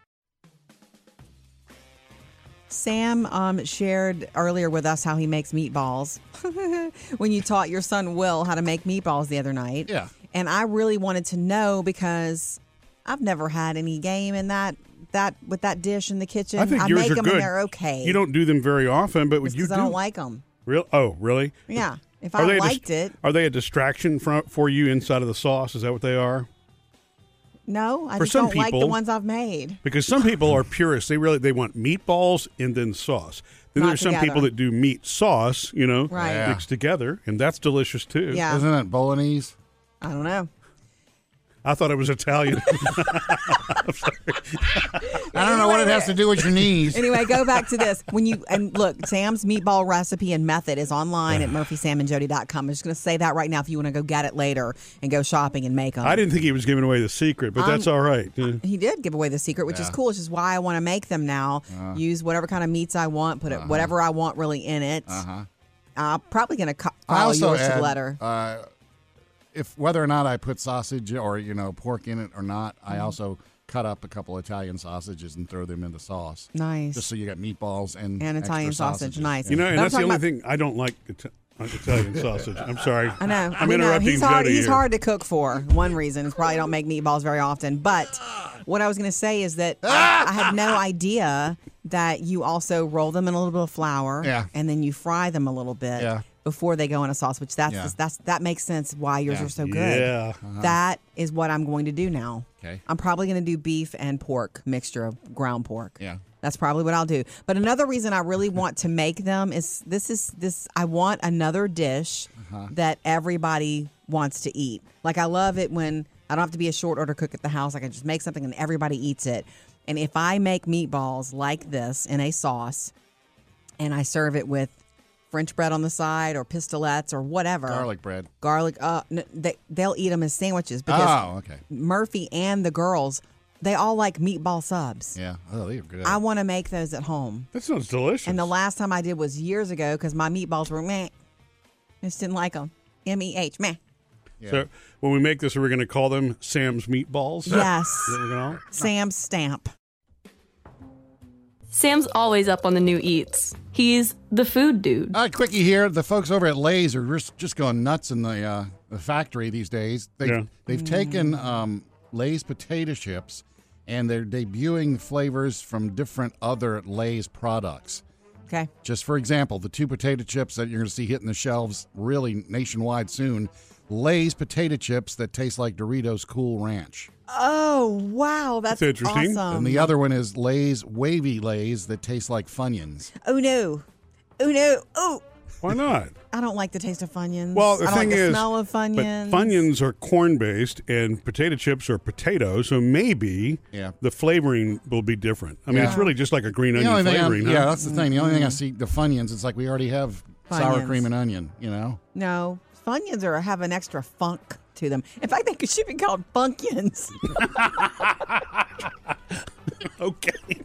Speaker 3: Sam um, shared earlier with us how he makes meatballs when you taught your son Will how to make meatballs the other night.
Speaker 4: Yeah.
Speaker 3: And I really wanted to know because I've never had any game in that that with that dish in the kitchen.
Speaker 1: I think yours
Speaker 3: make
Speaker 1: are
Speaker 3: them
Speaker 1: good.
Speaker 3: and they're okay.
Speaker 1: You don't do them very often, but you
Speaker 3: because
Speaker 1: do.
Speaker 3: I don't like them.
Speaker 1: Real? Oh, really?
Speaker 3: Yeah. If
Speaker 1: Are they
Speaker 3: I
Speaker 1: a dis-
Speaker 3: liked it,
Speaker 1: Are they a distraction for, for you inside of the sauce? Is that what they are?
Speaker 3: no, I
Speaker 1: For
Speaker 3: just
Speaker 1: some
Speaker 3: don't like the
Speaker 1: people-
Speaker 3: ones I've made.
Speaker 1: Because some people are purists. They really they want meatballs and then sauce. Then
Speaker 3: Not
Speaker 1: there's some
Speaker 3: together.
Speaker 1: people that do meat sauce, you know,
Speaker 3: Right.
Speaker 4: Yeah.
Speaker 1: mixed together, and that's delicious too.
Speaker 3: Yeah.
Speaker 4: Isn't it bolognese?
Speaker 3: I don't know.
Speaker 1: I thought it was Italian.
Speaker 4: I don't know what it has to do with your knees.
Speaker 3: Anyway, go back to this. When you and look, Sam's meatball recipe and method is online at murphysamandjody.com. I'm just going to say that right now if you want to go get it later and go shopping and make them.
Speaker 1: I didn't think he was giving away the secret, but that's all right. Yeah.
Speaker 3: He did give away the secret, which is
Speaker 4: Yeah. Uh-huh.
Speaker 3: cool. Which is why I want to make them now. Use whatever kind of meats I want. Put it whatever I want really in it. Uh-huh. I'm probably going to co-
Speaker 4: I
Speaker 3: follow
Speaker 4: also
Speaker 3: yours to
Speaker 4: add,
Speaker 3: the letter.
Speaker 4: Uh, if whether or not I put sausage or you know pork in it or not,
Speaker 3: Mm-hmm.
Speaker 4: I also cut up a couple Italian sausages and throw them in the sauce.
Speaker 3: nice.
Speaker 4: Just so you got meatballs and
Speaker 3: And
Speaker 4: extra
Speaker 3: Italian sausage.
Speaker 4: sausages.
Speaker 3: Nice.
Speaker 1: You know, and
Speaker 3: But I'm
Speaker 1: that's the
Speaker 3: talking
Speaker 1: only
Speaker 3: about-
Speaker 1: thing I don't like Ita- Italian sausage. I'm sorry.
Speaker 3: I know.
Speaker 1: I'm
Speaker 3: We know.
Speaker 1: interrupting
Speaker 3: He's hard.
Speaker 1: Jody
Speaker 3: He's
Speaker 1: here.
Speaker 3: hard to cook for. One reason is probably don't make meatballs very often. But what I was going to say is that
Speaker 4: Ah!
Speaker 3: I, I had no idea that you also roll them in a little bit of flour.
Speaker 4: Yeah.
Speaker 3: And then you fry them a little bit.
Speaker 4: Yeah.
Speaker 3: Before they go in a sauce, which that's
Speaker 4: Yeah.
Speaker 3: that's that makes sense why yours
Speaker 4: Yeah. Uh-huh.
Speaker 3: are so good.
Speaker 1: Yeah.
Speaker 3: That is what I'm going to do now.
Speaker 4: Okay.
Speaker 3: I'm probably going to do beef and pork mixture of ground pork.
Speaker 4: Yeah.
Speaker 3: That's probably what I'll do. But another reason I really want to make them is this is this I want another dish
Speaker 4: Uh-huh.
Speaker 3: that everybody wants to eat. Like I love it when I don't have to be a short order cook at the house. I can just make something and everybody eats it. And if I make meatballs like this in a sauce and I serve it with French bread on the side or pistolets or whatever.
Speaker 4: Garlic bread.
Speaker 3: Garlic uh n- they, they'll eat them as sandwiches because
Speaker 4: Oh, okay.
Speaker 3: Murphy and the girls, they all like meatball subs.
Speaker 4: Yeah. Oh, they're good.
Speaker 3: I want to make those at home.
Speaker 1: That sounds delicious.
Speaker 3: And the last time I did was years ago because my meatballs were meh. I just didn't like them. M E H meh.
Speaker 1: So when we make this, we're going to call them Sam's meatballs.
Speaker 3: Yes.
Speaker 1: Is that what we're gonna-
Speaker 3: Sam's stamp.
Speaker 2: Sam's always up on the new eats. He's the food dude.
Speaker 4: All right, quickie here. The folks over at Lay's are just, just going nuts in the uh, the factory these days. They
Speaker 1: Yeah.
Speaker 4: have they've
Speaker 3: Mm.
Speaker 4: taken um, Lay's potato chips and they're debuting flavors from different other Lay's products.
Speaker 3: Okay.
Speaker 4: Just for example, the two potato chips that you're going to see hitting the shelves really nationwide soon, Lay's potato chips that taste like Doritos Cool Ranch.
Speaker 3: Oh, wow. That's,
Speaker 1: That's interesting.
Speaker 3: awesome.
Speaker 4: and the other one is Lay's wavy Lay's that taste like Funyuns.
Speaker 3: oh, no. Oh, no. Oh,
Speaker 1: Why not?
Speaker 3: I don't like the taste of Funyuns.
Speaker 1: Well, the
Speaker 3: I don't
Speaker 1: thing
Speaker 3: like the
Speaker 1: is,
Speaker 3: smell of
Speaker 1: but
Speaker 3: Funyuns.
Speaker 1: Funyuns are corn based, and potato chips are potatoes, so maybe
Speaker 4: Yeah.
Speaker 1: the flavoring will be different. I mean, it's
Speaker 4: Yeah.
Speaker 1: really just like a green
Speaker 4: the
Speaker 1: onion
Speaker 4: only thing I'm-
Speaker 1: flavoring. huh? Mm-hmm.
Speaker 4: yeah, that's the thing. The only thing I see the Funyuns, it's like we already have sour
Speaker 3: Funyuns.
Speaker 4: cream and onion. You know,
Speaker 3: No, Funyuns are have an extra funk to them. In fact, they should be called Funkyuns.
Speaker 1: Okay.